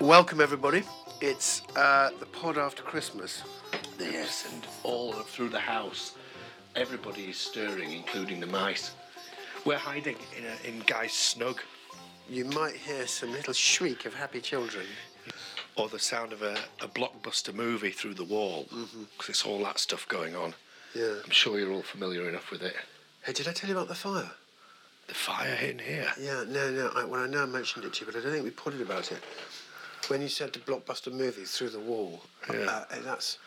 welcome everybody. It's uh, the pod after Christmas. Yes, and all through the house, everybody is stirring, including the mice. We're hiding in, a, in Guy's snug, You might hear some little shriek of happy children. or the sound of a, a blockbuster movie through the wall, because it's all that stuff going on. Yeah. I'm sure you're all familiar enough with it. Hey, did I tell you about the fire? The fire in here. Yeah, no, no. I, well, I know I mentioned it to you, but I don't think we put it about it. When you said the blockbuster movie through the wall, Yeah. uh, that's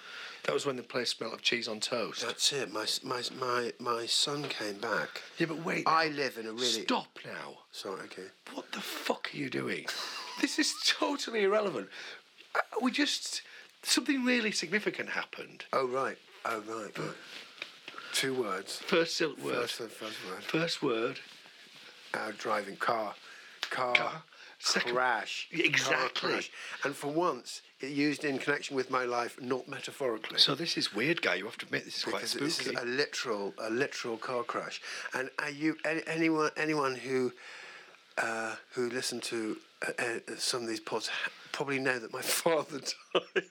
That was when the place smelled of cheese on toast. that's it. My s- my s- my my son came back. yeah, but wait. I live in a really Stop now. Sorry, okay. What the fuck are you doing? this is totally irrelevant. Uh, We just. Something really significant happened. Oh right, oh right. right. Two words. First silk word. First, first word. First word. Our driving car, car, Car. Second- crash. Yeah, Car exactly. crash. And for once, it used in connection with my life, not metaphorically. So this is weird, guy. You have to admit this is quite because spooky. this is a literal, a literal car crash. And are you any, anyone, anyone who, uh, who listened to uh, uh, some of these pods ha- probably know that my father died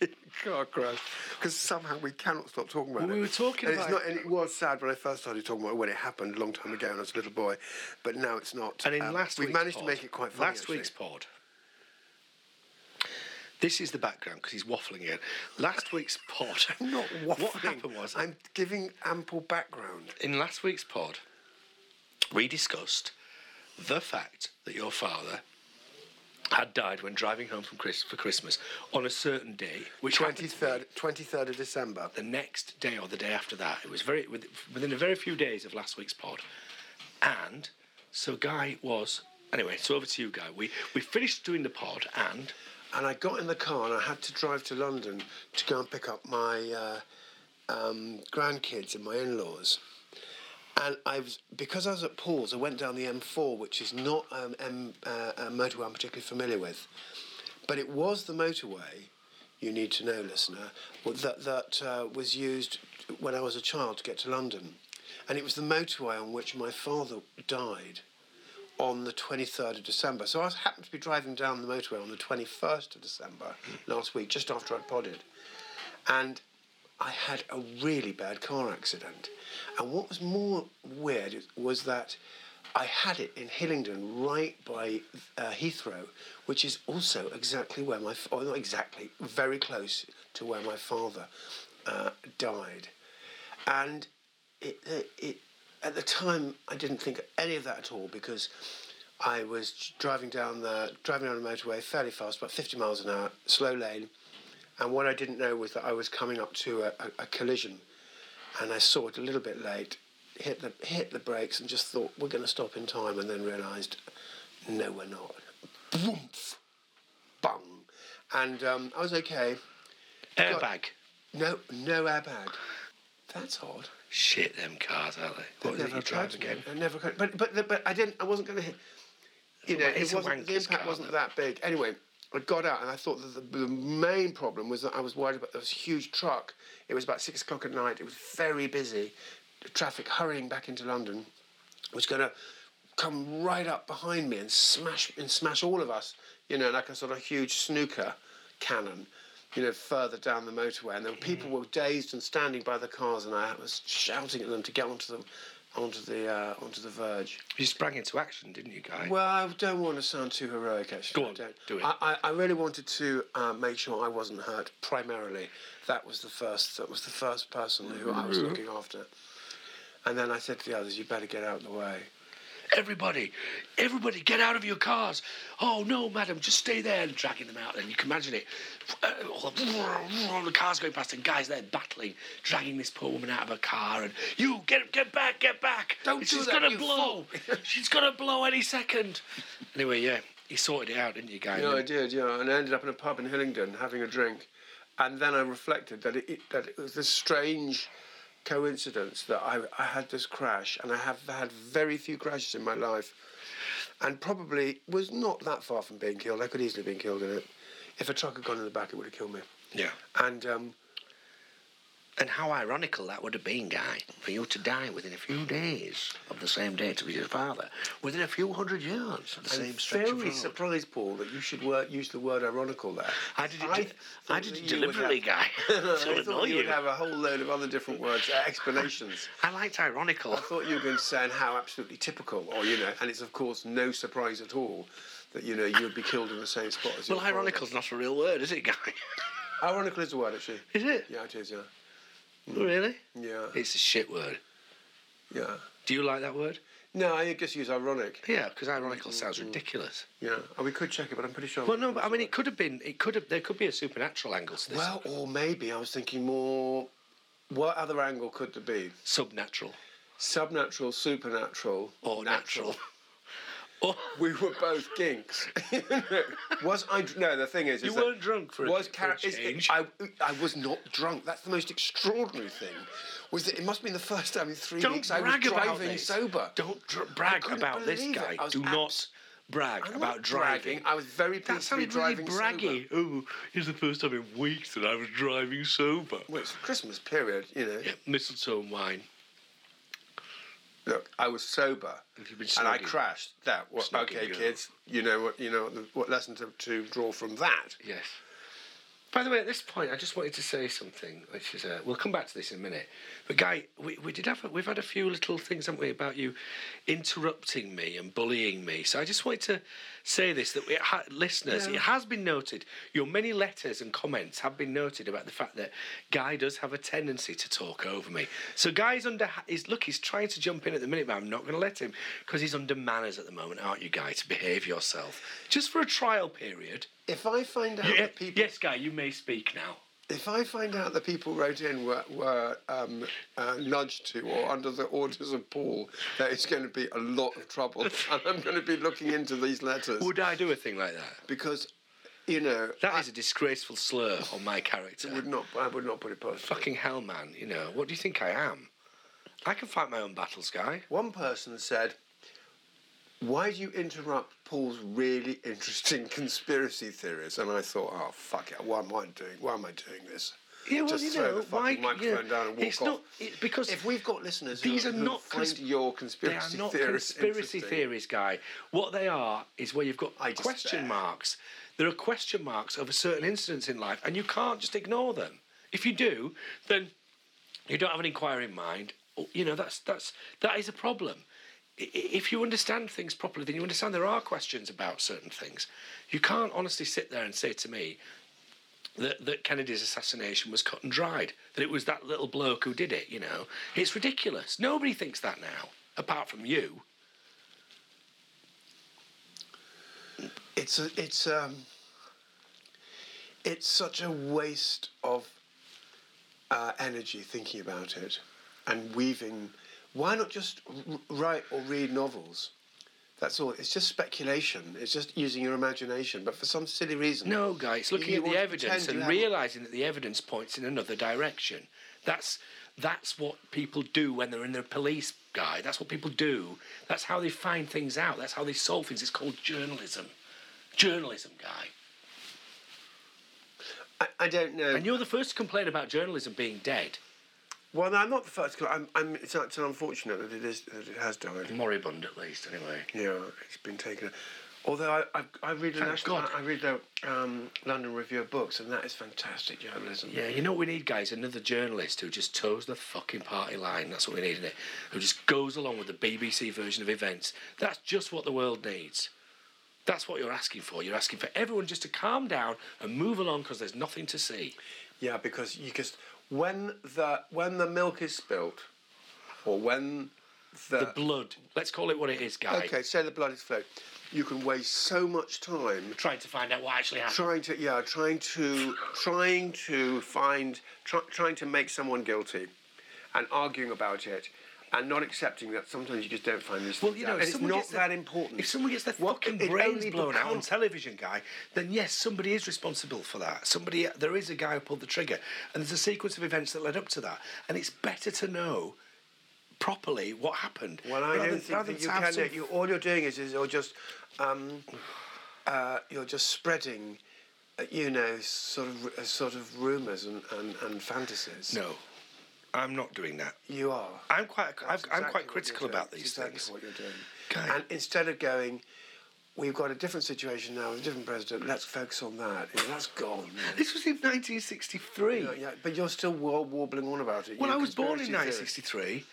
in a car crash because somehow we cannot stop talking about Well, it. we were talking and about it's it. not, and it was sad when I first started talking about it when it happened a long time ago when I was a little boy, but now it's not. and in Um, last we week's managed pod, to make it quite funny. Last week's pod. This is the background because he's waffling again. Last week's pod. actually. not waffling. What happened was I'm giving ample background. in last week's pod, we discussed the fact that your father had died when driving home from Chris for Christmas on a certain day, which happened Twenty third, twenty third of December. the next day or the day after that. It was very with- within a very few days of last week's pod, and so Guy was anyway. So over to you, Guy. We we finished doing the pod, and and I got in the car and I had to drive to London to go and pick up my uh, um, grandkids and my in-laws. And I was because I was at Paul's, I went down the M4, which is not um, M, uh, a motorway I'm particularly familiar with, but it was the motorway. You need to know, listener, w- that that uh, was used when I was a child to get to London, and it was the motorway on which my father died on the 23rd of December. So I was- happened to be driving down the motorway on the 21st of December last week, just after I'd podded. And I had a really bad car accident. And what was more weird is- was that I had it in Hillingdon, right by uh, Heathrow, which is also exactly where my, or not exactly, very close to where my father uh, died. And it, it, it, at the time, I didn't think any of that at all because I was driving down the driving down the motorway fairly fast, about 50 miles an hour, slow lane. And what I didn't know was that I was coming up to a, a, a collision, and I saw it a little bit late, hit the hit the brakes, and just thought we're going to stop in time, and then realised, no, we're not. Boomf, bung, and um, I was okay. airbag. No, no airbag. That's odd. Shit, them cars, aren't they? What was it you drive tried to- again? I never could. But but but I didn't. I wasn't going to. You know, wa- it's it a wasn't. The wanker's impact car, wasn't though. that big. Anyway, I got out and I thought that the, the main problem was that I was worried about this huge truck. It was about six o'clock at night. It was very busy. The traffic hurrying back into London was going to come right up behind me and smash and smash all of us. You know, like a sort of huge snooker cannon. You know, further down the motorway, and there were people were dazed and standing by the cars, and I was shouting at them to get onto the onto the uh, onto the verge. You sprang into action, didn't you, Guy? Well, I don't want to sound too heroic, actually. Go I on, don't. do it. I, I, I really wanted to uh, make sure I wasn't hurt. Primarily, that was the first. That was the first person who I Mm-hmm. was looking after. And then I said to the others, "You better get out of the way." everybody, everybody, get out of your cars. Oh no, madam, just stay there and dragging them out. And you can imagine it. Uh, all the, all the cars going past and guys there battling, dragging this poor woman out of her car. And you get get back, get back. Don't do She's that, gonna you blow. She's gonna blow any second. Anyway, yeah, he sorted it out, didn't you, guy? Yeah, I did. Yeah, and I ended up in a pub in Hillingdon having a drink, and then I reflected that it, it that it was this strange coincidence that I, I had this crash, and I have had very few crashes in my life, and probably was not that far from being killed. I could easily have been killed in it. If a truck had gone in the back, it would have killed me. yeah. And um, And how ironical that would have been, Guy, for you to die within a few days of the same date as your father, within a few hundred yards of the I'm same stretch of very road. surprised, Paul, that you should wor- use the word ironical there. I did it, I de- I thought did it that you would deliberately, have- Guy, to I annoy thought you you. would have a whole load of other different words, uh, explanations. I liked ironical. I thought you were going to say, and how absolutely typical, or, you know, and it's, of course, no surprise at all that, you know, you would be killed in the same spot as Well, your father. ironical's not a real word, is it, Guy? Ironical is a word, actually. Is it? Yeah, it is, yeah. Mm. Really? Yeah, It's a shit word. yeah. Do you like that word? No, I just use ironic. Yeah, because ironical Mm, sounds ridiculous. Yeah, oh, we could check it, but I'm pretty sure. Well, no, but I mean, it could have been. It could have. There could be a supernatural angle to this. Well, or maybe I was thinking more. What other angle could there be? subnatural Subnatural, supernatural, or natural. or We were both ginks. was I? dr- No, the thing is, is you that weren't drunk for a, was for a Car- is it- change. I, I was not drunk. That's the most extraordinary thing. Was that it must have been the first time in 3 Don't weeks I was brag about driving this. sober. Don't dr- brag couldn't about this believe it. guy. I was Do abs- not brag I'm about not driving. bragging. I was very pleased That to be sounded really driving sober. braggy. Oh, it's the first time in weeks that I was driving sober. Well, it's the Christmas period, you know. Yeah, mistletoe and wine. Look, I was sober, Have you been and I snogging? crashed. That well, Snogging okay, girl. kids. You know what? You know what, the, what lesson to, to draw from that. Yes. By the way, at this point, I just wanted to say something, which is uh, we'll come back to this in a minute. But Guy, we, we did have a, we've had a few little things, haven't we, about you interrupting me and bullying me. So I just wanted to say this that we ha- listeners, it has been noted. Your many letters and comments have been noted about the fact that Guy does have a tendency to talk over me. So Guy's under is look, he's trying to jump in at the minute, but I'm not going to let him because he's under manners at the moment, aren't you, Guy? To behave yourself just for a trial period. If I find out Yeah, that people, yes, Guy, you may speak now. if I find out that people wrote in were, were um, uh, nudged to or under the orders of Paul, there is going to be a lot of trouble, and I'm going to be looking into these letters Would I do a thing like that? because, you know, That I is a disgraceful slur on my character. would not. I would not put it past. them. Fucking hell, man. You know, what do you think I am? I can fight my own battles, Guy. One person said, Why do you interrupt Paul's really interesting conspiracy theories? And I thought, Oh, fuck it. Why am I doing, why am I doing this? Yeah, well, Just you throw know, the fucking why- microphone yeah, down and walk it's off. not- it's because if we've got listeners these who, are who not find consp- your They conspiracy are not theories conspiracy interesting- theories, Guy. What they are is where you've got I despair. question marks. There are question marks over certain incidents in life, and you can't just ignore them. If you do, then you don't have an inquiry in mind. or- You know that's that's that is a problem. I- i- If you understand things properly, then you understand there are questions about certain things. You can't honestly sit there and say to me, that, that Kennedy's assassination was cut and dried, that it was that little bloke who did it, you know. It's ridiculous. Nobody thinks that now, apart from you. It's, a, it's, um, it's such a waste of uh, energy thinking about it and weaving. Why not just r- write or read novels? That's all. It's just speculation. It's just using your imagination. But for some silly reason, No, guy, it's looking You at want the to evidence pretend you and haven't- realizing that the evidence points in another direction. That's that's what people do when they're in the police, guy. That's what people do. That's how they find things out. That's how they solve things. It's called journalism. Journalism, guy. I, I don't know. And you're the first to complain about journalism being dead, well, no, I'm not the first. 'cause I'm, I'm, it's, it's unfortunate that it is that it has died. moribund at least, anyway. Yeah, it's been taken. Although I, I, I read the Thank National, God. I read the um, London Review of Books, and that is fantastic journalism. Yeah, you know what we need, guys? Another journalist who just toes the fucking party line. That's what we need, isn't it? Who just goes along with the BBC version of events. That's just what the world needs. That's what you're asking for. You're asking for everyone just to calm down and move along because there's nothing to see. Yeah, because you just when the when the milk is spilt, or when the, The blood. Let's call it what it is, guy. Uh, okay, say the blood is flowed, you can waste so much time Trying to find out what actually happened. trying to yeah trying to trying to find try, trying to make someone guilty, and arguing about it. And not accepting that sometimes you just don't find these Well, things you know, out. if And it's someone not gets their- that important. If someone gets their Well, fucking it brains only blown out on becomes- television, guy, then yes, somebody is responsible for that. Somebody, there is a guy who pulled the trigger, and there's a sequence of events that led up to that. And it's better to know properly what happened. Well, I rather don't than- think rather that than you have can. uh, some- You, all you're doing is, is you're just, um, uh, you're just spreading, uh, you know, sort of, uh, sort of rumours and, and, and fantasies. No, I'm not doing that. You are. I'm quite I've, That's I'm exactly quite what critical you're doing. about That's these exactly things. what you're doing. Okay. And instead of going, we've got a different situation now with a different president. Let's focus on that. You know, that's gone. you This was in 1963. know. Yeah, but you're still wa- warbling on about it. Well, you I was born in conspiracy 1963. theorist.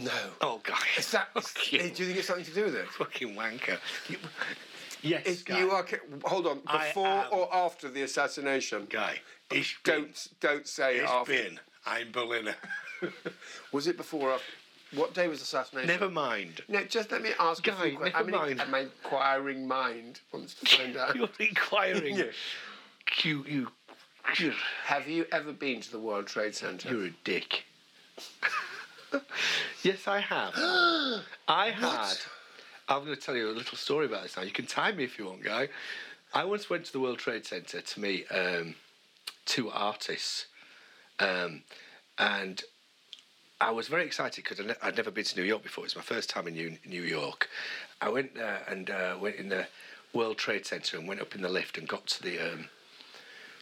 No. Oh, God. Is that? Do fucking, you think it's something to do with it? fucking wanker. You- yes, If guy. you are. ki- Hold on. I Before am. or after the assassination? guy. Ich bin. Don't don't say Ich after. bin. I'm Berliner. Was it before or after? What day was the assassination? Never mind. No, just let me ask you. a Guy, few que- never I mean, mind. my inquiring mind wants to find out. You're inquiring. Yeah. You, you, you're, Have you ever been to the World Trade Center? you're a dick. yes, I have. I had. I'm going to tell you a little story about this now. You can time me if you want, guy. I once went to the World Trade Center to meet um, two artists, um, and I was very excited because ne- I'd never been to New York before. It was my first time in New, New York. I went there and uh, went in the World Trade Center and went up in the lift and got to the um,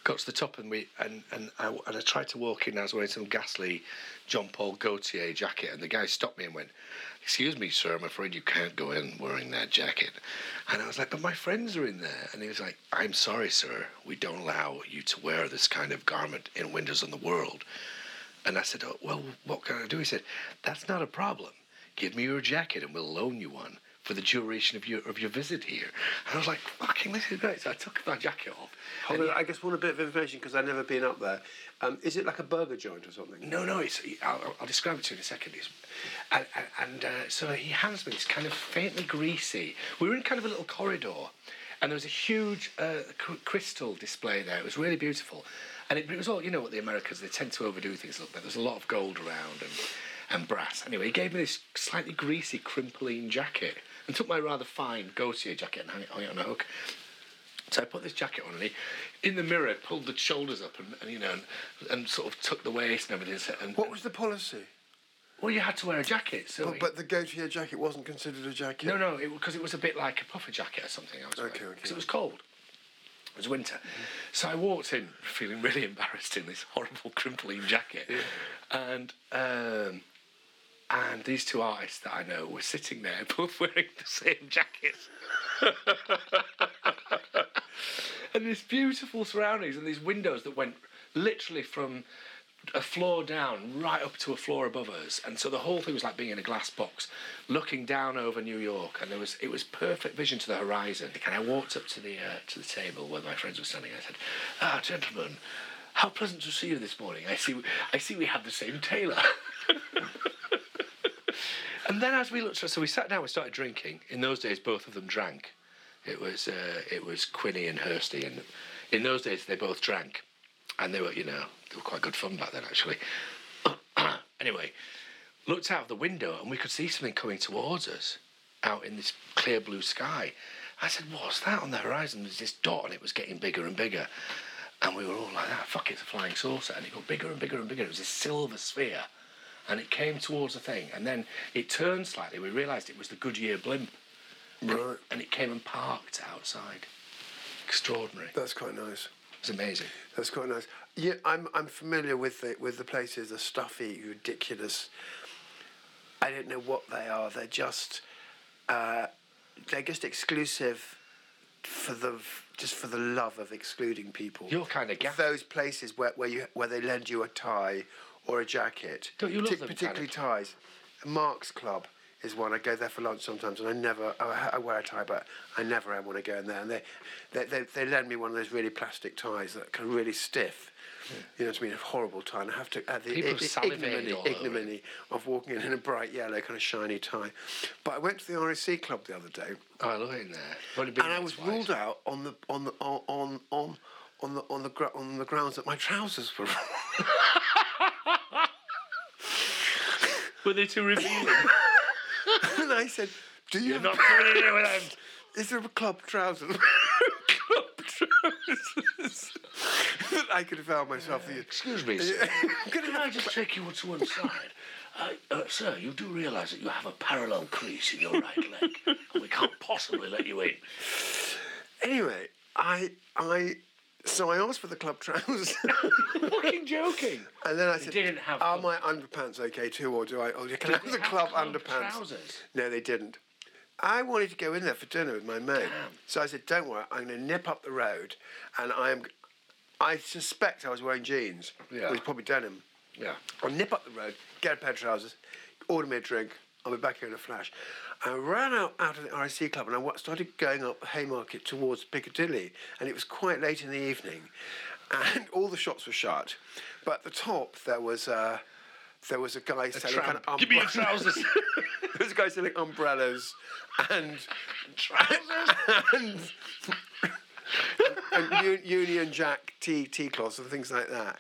got to the top and we and and I, and I tried to walk in. I was wearing some ghastly John Paul Gaultier jacket, and the guy stopped me and went, "Excuse me, sir, I'm afraid you can't go in wearing that jacket." And I was like, "But my friends are in there," and he was like, "I'm sorry, sir, we don't allow you to wear this kind of garment in Windows on the World." And I said, oh, Well, what can I do? He said, That's not a problem. Give me your jacket and we'll loan you one for the duration of your of your visit here. And I was like, Fucking, this is great. So I took my jacket off. Hold and on, I just want a bit of information because I've never been up there. Um, is it like a burger joint or something? No, no, it's, I'll, I'll describe it to you in a second. It's, and and, and uh, so he hands me this kind of faintly greasy. We were in kind of a little corridor, and there was a huge uh, cr- crystal display there. It was really beautiful. And it, it was all, you know what the Americans, they tend to overdo things a little bit. There's a lot of gold around and, and brass. Anyway, he gave me this slightly greasy crimpoline jacket and took my rather fine Gautier jacket and hung it, hung it on a hook. So I put this jacket on, and he, in the mirror, pulled the shoulders up, and, and you know, and, and sort of tucked the waist and everything. so- And, What was the policy? Well, you had to wear a jacket, so. But, but the Gautier jacket wasn't considered a jacket. no, no, because it, was a bit like a puffer jacket or something. I was Okay, okay. Because it was cold. It was winter. So I walked in feeling really embarrassed in this horrible crimpling jacket, and. Um, and these two artists that I know were sitting there, both wearing the same jackets. and these beautiful surroundings and these windows that went literally from a floor down right up to a floor above us and so the whole thing was like being in a glass box looking down over new york and there was it was perfect vision to the horizon and i walked up to the uh, to the table where my friends were standing i said ah gentlemen how pleasant to see you this morning i see i see we have the same tailor and then as we looked, so we sat down, we started drinking. In those days, both of them drank. It was uh, it was Quinny and Hursty, and in those days they both drank, and they were you know they were quite good fun back then actually. anyway, looked out of the window and we could see something coming towards us, out in this clear blue sky. I said, "What's that on the horizon?" There's this dot, and it was getting bigger and bigger, and we were all like, "That fuck, it's a flying saucer!" And it got bigger and bigger and bigger. It was this silver sphere and it came towards the thing, and then it turned slightly. We realised it was the Goodyear blimp, Right. and it came and parked outside. Extraordinary. It That's quite nice. was amazing. That's quite nice. Yeah, I'm I'm familiar with the with the places, the stuffy, ridiculous. I don't know what they are. They're just uh, they're just exclusive for the just for the love of excluding people. You're kind of gaff. Those places where, where you where they lend you a tie or a jacket. Don't you love them, particularly ties? Mark's Club is one. I go there for lunch sometimes, and I never I, I wear a tie, but I never want to go in there. And they they, they they lend me one of those really plastic ties that can really stiff. You know what I mean? A horrible tie. And I have to add the, People i- the salivate ignominy, all over it. ignominy of walking in in a bright yellow kind of shiny tie. But I went to the RSC club the other day, Oh, I love it in there. I've only been and I there was twice. ruled out on the on the on on on on the on the, gra- on the grounds that my trousers were. wrong. Were they too revealing? and I said, "Do you You're have, not coming in here with them. is there a club trousers?" Club trousers. that I could have found myself. the- Excuse me, sir. Can I just take you to one side? Uh, uh, sir, you do realise that you have a parallel crease in your right leg, and we can't possibly let you in. Anyway, I I So I asked for the club trousers, Fucking joking. and then I said, didn't have "Are club- my underpants okay too, or do I? Or can I Did have they the have club, club underpants?" trousers? No, they didn't. I wanted to go in there for dinner with my mate, so I said, "Don't worry, I'm going to nip up the road, and I'm." I suspect I was wearing jeans. Yeah. It was probably denim. Yeah. I'll nip up the road, get a pair of trousers, order me a drink. I'll be back here in a flash. I ran out, out of the RSC club and I wa- started going up Haymarket towards Piccadilly, and it was quite late in the evening, and all the shops were shut. But at the top there was a, there was a guy selling kind of Give me your umbre- trousers. there was a guy selling umbrellas, and trousers. and, and U- Union Jack tea tea cloths and things like that.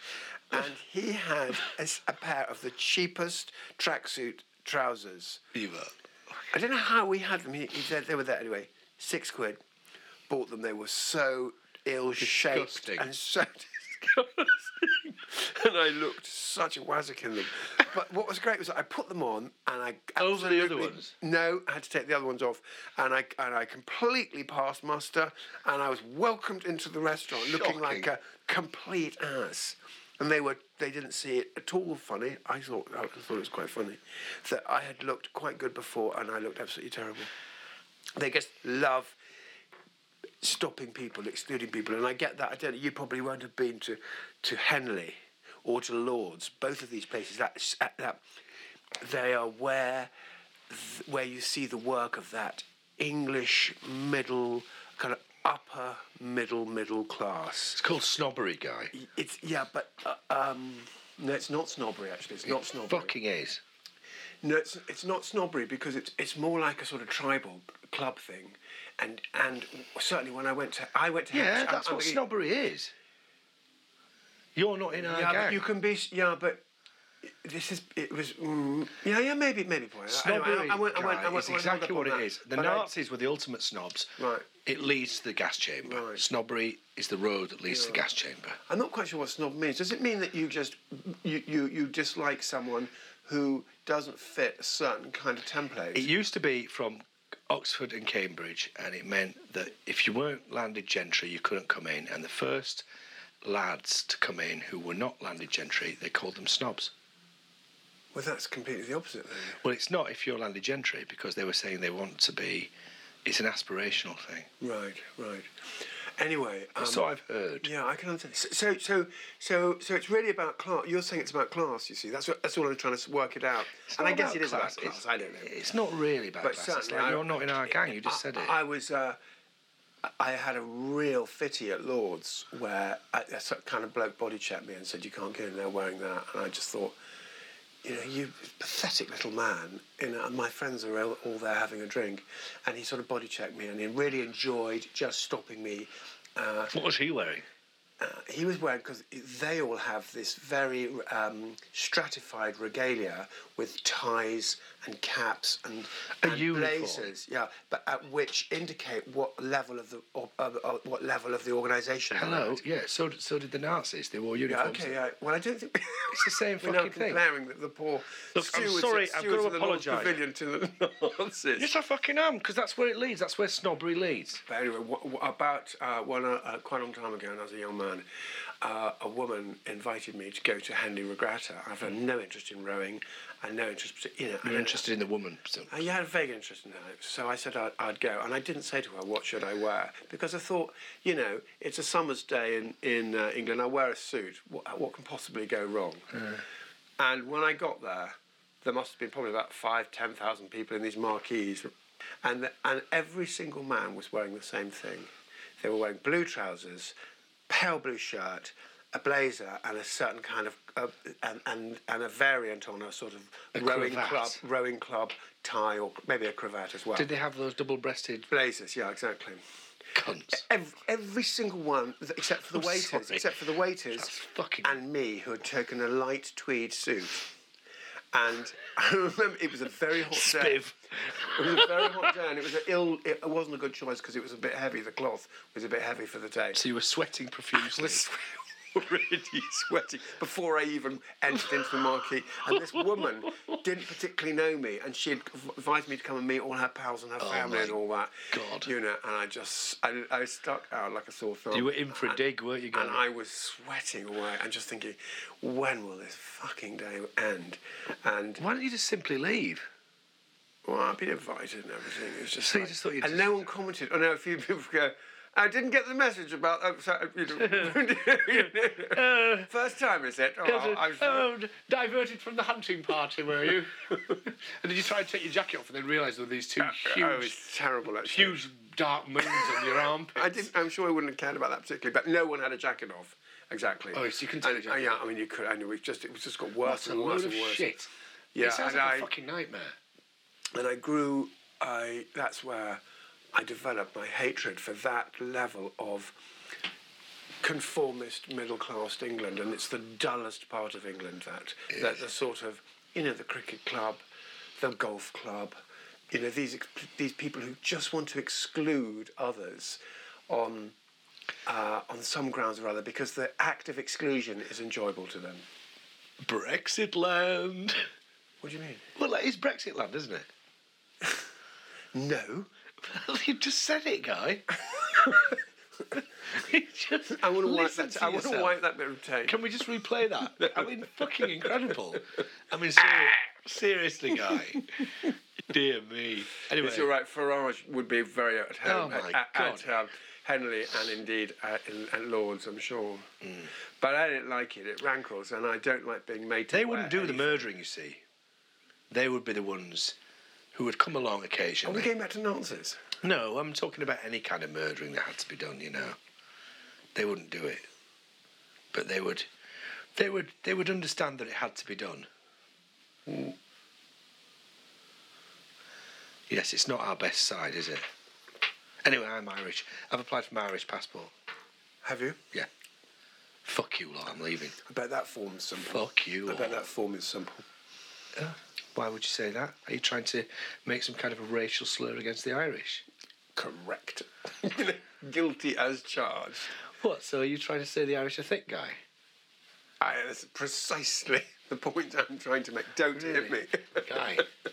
And he had a, s- a pair of the cheapest tracksuit trousers. Eva. I don't know how we had them. He, he said they were there anyway. Six quid. Bought them. They were so ill shaped Disgusting. and so disgusting. and I looked such a wazzick in them. But what was great was that I put them on and I Over the other absolutely- ones? No, I had to take the other ones off, and I and I completely passed muster, and I was welcomed into the restaurant looking like a Shocking. complete ass. And they were they didn't see it at all funny. I thought I thought it was quite funny that I had looked quite good before, and I looked absolutely terrible. They just love stopping people, excluding people, and I get that. I don't. You probably won't have been to to Henley or to Lords. Both of these places. That uh, that they are where th- where you see the work of that English middle kind of upper middle middle class. It's called snobbery, guy. It's yeah, but uh, um, no, it's not snobbery actually. It's not snobbery. Fucking is. No, it's, it's not snobbery because it's it's more like a sort of tribal club thing, and and certainly when I went to I went to Yeah, Hampshire- I'm- that's I'm what being- snobbery is. You're not in our Yeah, but gang. you can be. s- Yeah, but this is. It was. Mm, yeah, yeah, maybe, maybe. Boy. Snobbery I, I, won't- I, won't- I, won't- guy is I won't hold exactly up what on it that. is. The But I- Nazis were the ultimate snobs. Right. It leads to the gas chamber. Right. Snobbery is the road that leads to the gas chamber. I'm not quite sure what snob means. Does it mean that you just you you, you dislike someone who doesn't fit a certain kind of template? It used to be from Oxford and Cambridge, and it meant that if you weren't landed gentry, you couldn't come in. And the first lads to come in who were not landed gentry, they called them snobs. well, that's completely the opposite. Then. Well, it's not if you're landed gentry because they were saying they want to be. It's an aspirational thing. Right, right. Anyway, um, so I've heard. yeah, I can understand. So, so, so, so it's really about class. You're saying it's about class. You see, that's what, that's all I'm trying to work it out. It's and I not guess it is about It's- class. I don't know. It's not really about But class. It's certainly like I- you're not in our gang. You just said it. I was. Uh, I had a real fitty at Lords where I, a sort of kind of bloke body checked me and said, "You can't get in there wearing that." And I just thought, you know, you pathetic little man. You know, and my friends are all, all there having a drink, and he sort of body checked me, and he really enjoyed just stopping me. Uh, what was he wearing? he was wearing because they all have this very um, stratified regalia with ties and caps and, A and uniform. blazers, yeah, but at which indicate what level of the of, of, of- what level of the organisation. they're Hello. at. Yeah. So d- so did the Nazis. They wore Yeah, uniforms. okay. Yeah. Well, I don't think It's the same we're now fucking thing. comparing the, the poor. Look, I'm stewards, sorry, I've stewards got of to the Lord's apologise. Pavilion to the Nazis. Yes, I fucking am, because that's where it leads. That's where snobbery leads. But anyway, wh- wh- about uh, one uh, uh, quite a long time ago, when I was a young man, uh, a woman invited me to go to Henley Regatta. I've had no interest in rowing, and Mm. no interest, partic- you know. I You're don't- interested in the woman. So. I had a vague interest in that, so I said I'd, I'd go, and I didn't say to her what should I wear because I thought, you know, it's a summer's day in in uh, England. I wear a suit. What, what can possibly go wrong? And when I got there, there must have been probably about five, ten thousand people in these marquees, and the, and every single man was wearing the same thing. They were wearing blue trousers, pale blue shirt, a blazer, and a certain kind of uh, and, and and a variant on a sort of rowing cravat. club, rowing club tie, or maybe a cravat as well. Did they have those double-breasted Blazers, yeah, exactly. cunts? Every, every single one, th- except for the I'm waiters, sorry. except for the waiters, That's fucking- and me, who had taken a light tweed suit. And I remember it was a very hot day. Spiv. It was a very hot day, and it was an ill. It wasn't a good choice because it was a bit heavy. The cloth was a bit heavy for the day. So you were sweating profusely. was already sweaty before I even entered into the marquee. And this woman didn't particularly know me, and she had invited me to come and meet all her pals and her family Oh my and all that. God. you know. And I just, I, I was stuck out like a sore thumb. You were in for a dig, weren't you, And Gavin? I was sweating away and just thinking, when will this fucking day end? And Why don't you just simply leave? well, I've been invited and everything. It was just. So you like- just thought you'd And just- no one commented. Oh no, a few people go. I didn't get the message about. Oh, sorry, you know. First time is it? Oh, I was, Uh, oh, d- diverted from the hunting party, were you? and did you try and take your jacket off and then realise there were these two huge, oh, it's terrible. Actually. huge dark moons on your armpit? I didn't. I'm sure I wouldn't have cared about that particularly, but no one had a jacket off. Exactly. Oh, so you couldn't take And- a jacket Yeah, I mean, you could. I know. It just it was just got worse That's a and worse load of and worse. shit. Yeah, it sounds and like a I- fucking nightmare. and I grew. I that's where I developed my hatred for that level of conformist middle class England, and it's the dullest part of England that that the sort of you know the cricket club, the golf club, you know these ex- these people who just want to exclude others on. Uh, on some grounds or other, because the act of exclusion is enjoyable to them. Brexit land. What do you mean? Well, that is Brexit land, isn't it? No, you just said it, guy. You just I want to wipe listen that. to I want to yourself. wipe that bit of tape. Can we just replay that? I mean, fucking incredible. I mean, ser- seriously, guy. Dear me. Anyway, It's all right. Farage would be very at home Oh, my at, at- God. at, um, Henley and indeed at, in- at Lords, I'm sure. Mm. But I didn't like it. It rankles, and I don't like being made. To they wouldn't wear do the anything. murdering, you see. They would be the ones who would come along Are we occasionally. going back to Nazis? No, I'm talking about any kind of murdering that had to be done. You know, they wouldn't do it, but they would, they would, they would understand that it had to be done. Yes, it's not our best side, is it? Anyway, I'm Irish. I've applied for my Irish passport. Have you? Yeah. Fuck you lot. I'm leaving. I bet that form's simple. Fuck you I lot. bet that form is simple. Why would you say that? Are you trying to make some kind of a racial slur against the Irish? Correct. Guilty as charged. What? So are you trying to say the Irish are thick guy? I, that's precisely the point I'm trying to make. Don't hit me. Really? guy.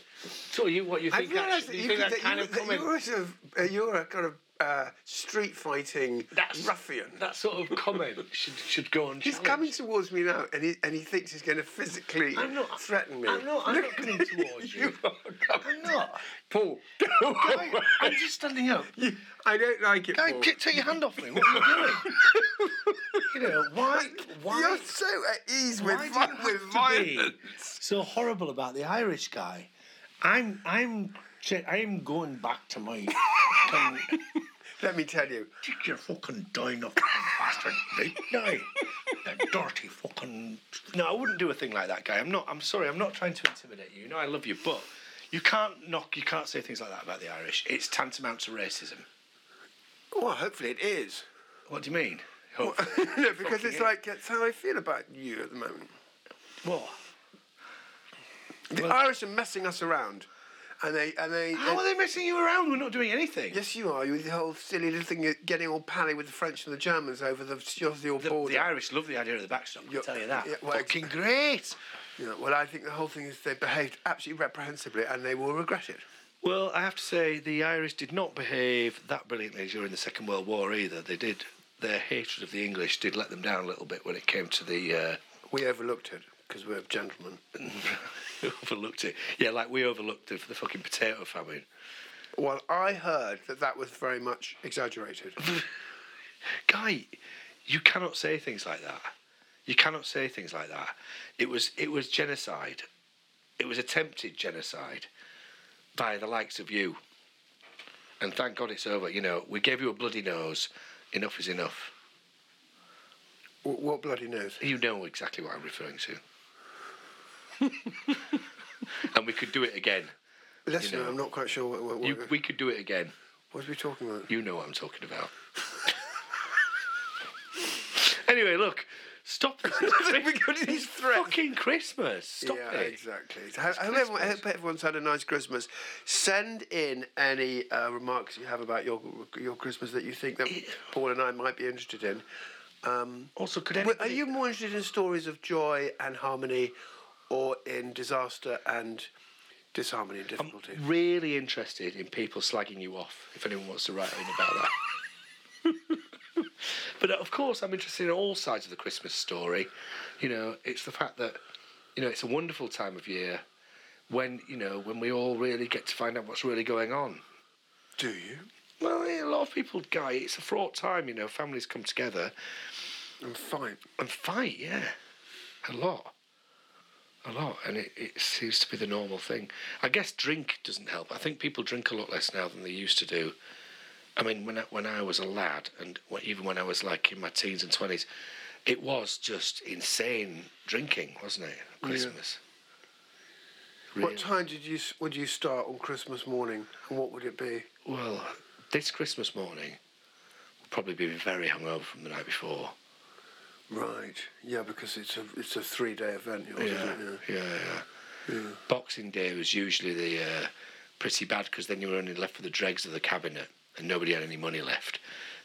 So you what you I think that, realised you think could- that kind you- of that comment You're a, sort of, uh, you're a kind of uh, street fighting That's- ruffian. that sort of comment should should go on. He's coming towards me now, and he and he thinks he's going to physically I'm not- threaten me. I'm not- I'm Look not at coming me. towards you. are coming. I'm not. Paul, go away. I, am just standing up. You- I don't like it. Guy, Paul. get, take your hand off me. What are you doing? you know why? Why? You're so at ease with why do vi- you with have to be violence. so horrible about the Irish guy? I'm I'm che- I'm going back to my. Can, Let me tell you, Take your fucking dine up, you bastard. Right? No, you dirty fucking. No, I wouldn't do a thing like that, guy. I'm not. I'm sorry. I'm not trying to intimidate you. You know, I love you, but you can't knock. You can't say things like that about the Irish. It's tantamount to racism. well, hopefully it is. What do you mean? no, because Fucking it's hell. like that's how I feel about you at the moment. What? The Irish are messing us around, and they and they. How are they messing you around? We're not doing anything. Yes, you are. You the whole silly little thing, you're getting all pally with the French and the Germans over the your The, border. the Irish love the idea of the backstop. I'll Yeah, tell you that. yeah, well, Fucking great. You know, well, I think the whole thing is they behaved absolutely reprehensibly and they will regret it. Well, I have to say the Irish did not behave that brilliantly during the Second World War either. They did. Their hatred of the English did let them down a little bit when it came to the. Uh, We overlooked it because we're gentlemen. uh, overlooked it. Yeah, like we overlooked the, the fucking potato famine. Well, I heard that that was very much exaggerated. Guy, you cannot say things like that. You cannot say things like that. It was it was genocide. It was attempted genocide by the likes of you. And thank God it's over. You know, we gave you a bloody nose. Enough is enough. what, what bloody knows? You know exactly what I'm referring to. and we could do it again. Listen, know. I'm not quite sure what, what, what, You, we could do it again. what are we talking about. You know what I'm talking about. anyway, look, stop this. It's Christ- We got these it's threats. fucking Christmas. Stop yeah, it. exactly. I hope, everyone, I Christmas. hope everyone's had a nice Christmas. Send in any uh, remarks you have about your your Christmas that you think that Paul and I might be interested in. Um, Also, could w- anybody, are you more interested in stories of joy and harmony, or in disaster and disharmony Um, and difficulty? really interested in people slagging you off if anyone wants to write in about that. but of course, I'm interested in all sides of the Christmas story. You know, it's the fact that, you know, it's a wonderful time of year when, you know, when we all really get to find out what's really going on. Do you? Well, yeah, a lot of people, Guy, it's a fraught time, you know, families come together I'm fine. and fight, yeah. A lot. A lot. And it, it seems to be the normal thing. I guess drink doesn't help. I think people drink a lot less now than they used to do. I mean, when I, when I was a lad, and wh- even when I was like in my teens and 20s, it was just insane drinking, wasn't it? Christmas. Really. What time did you s- would you start on Christmas morning, and what would it be? Well, this Christmas morning, we'll probably be very hungover from the night before. Right. Yeah, because it's a it's a three day event. Yours, yeah, Isn't it? yeah, yeah. Boxing Day was usually the uh, pretty bad because then you were only left with the dregs of the cabinet and nobody had any money left.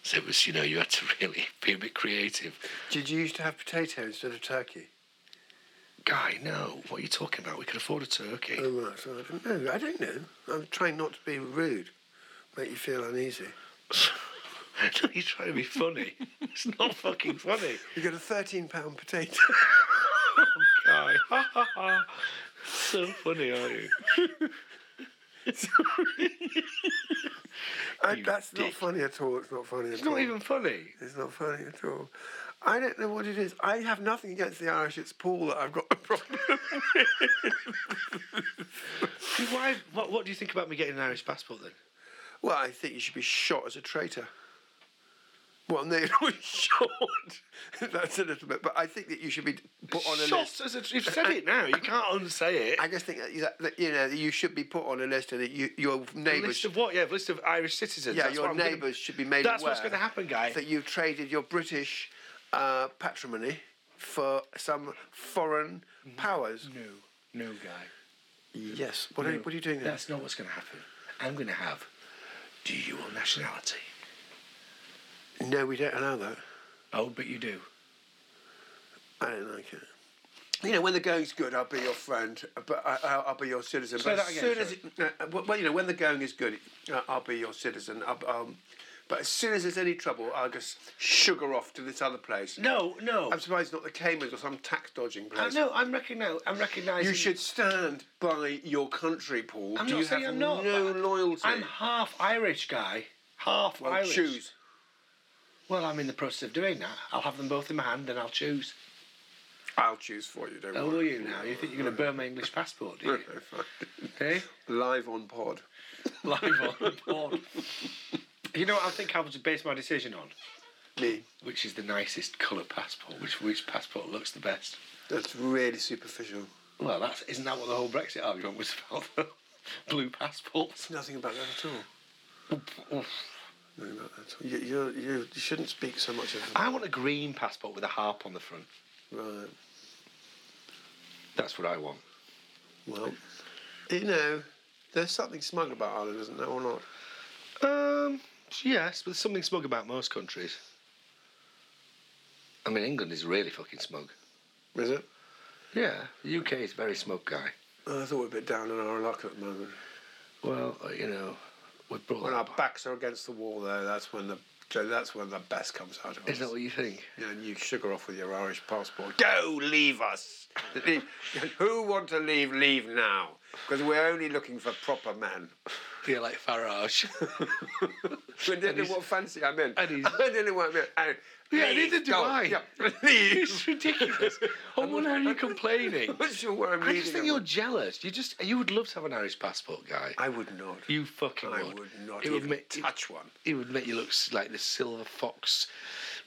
So it was, you know, you had to really be a bit creative. Did you used to have potato instead of turkey? Guy, no, what are you talking about? We could afford a turkey. Oh right. So I don't know. I don't know. I'm trying not to be rude, make you feel uneasy. You're trying to be funny. it's not fucking funny. You got a thirteen pound potato. Guy, ha ha ha. So funny, are you? I, You that's not dick. funny at all. It's not funny at It's all. not even funny. It's not funny at all. I don't know what it is. I have nothing against the Irish. It's Paul that I've got a problem. Why, what, what do you think about me getting an Irish passport then? well, I think you should be shot as a traitor. Well, no, not shot. That's a little bit. But I think that you should be put on a Shot list. as a- You've said it now. You can't unsay it. I just think that, you- that you know that you should be put on a list, and that you, your A list neighbours, of what? Yeah, a list of Irish citizens. yeah, That's what your I'm gonna- neighbours should be made That's aware. what's going to happen, guy. That you've traded your British uh, patrimony for some foreign Mm. powers. No, no, guy. Yes. What, are, you- what are you doing there? That's not what's going to happen. I'm going to have dual nationality. No, we don't allow that. Oh, but you do. I don't like it. You know, when the going's good, I'll be your friend, but I, I'll, I'll be your citizen. Say but that as again, soon as it, no, uh, well, you know, when the going is good, uh, I'll be your citizen. I'll, um, but as soon as there's any trouble, I'll just sugar off to this other place. No, no. I'm surprised it's not the Cayman's or some tax dodging I place. know. I'm recognizing. I'm recognizing. You should stand by your country, Paul. I'm Do not you saying have I'm not. no but loyalty? I'm half Irish, guy. Half well, Irish. choose. Well, I'm in the process of doing that. I'll have them both in my hand, and I'll choose. I'll choose for you. Don't Oh, will worry. you now? You think you're going to burn my English passport? Do you? Okay. Live on pod. Live on the board. You know what I think I would base my decision on? Me. which is the nicest colour passport, which which passport looks the best. That's really superficial. Well, that's isn't that what the whole Brexit argument was about? though? Blue passports. Nothing about that at all. Nothing about that at all. You, you, you, you shouldn't speak so much of uh, I want a green passport with a harp on the front. Right. That's what I want. Well, you know, there's something smug about Ireland, isn't there, or not? Um, yes, but there's something smug about most countries. I mean, England is really fucking smug. Is it? Yeah, the UK is very smug, guy. Oh, I thought we're a bit down on our luck at the moment. Well, uh, you know, we brought. When that our back. backs are against the wall, though, that's when the that's when the best comes out of us. Is that what you think? you know, and you sugar off with your Irish passport. Go, leave us. Leave. Who want to leave? Leave now, because we're only looking for proper men. Yeah, like Farage. I don't know he's- what fancy I'm in. I and he's- don't know what I'm in. And Yeah, leave, neither do go. I. Yeah, leave. it's ridiculous. On one hand, you're complaining. I'm not sure where I'm I leading just think them. you're jealous. You just you would love to have an Irish passport, guy. I would not. You fucking I would. would not It would even make it, touch one. it would make you look s- like the silver fox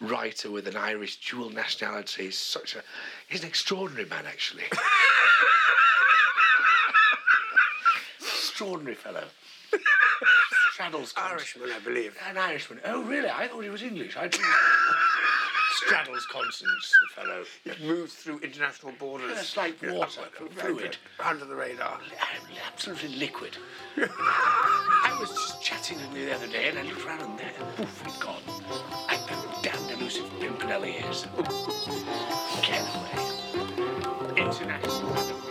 writer with an Irish dual nationality. He's such a he's an extraordinary man, actually. extraordinary fellow. Straddles cons- Irishman, I believe. An Irishman. Oh, really? I thought he was English. I didn't. Straddles consonants, the fellow. Moves through international borders. It's like Yeah, water, upward, fluid. Under the radar. I'm absolutely liquid. I was just chatting with you the other day and I looked around and there, poof, it gone. I, I'm damned Joseph Pimpinelli is. Get away. International.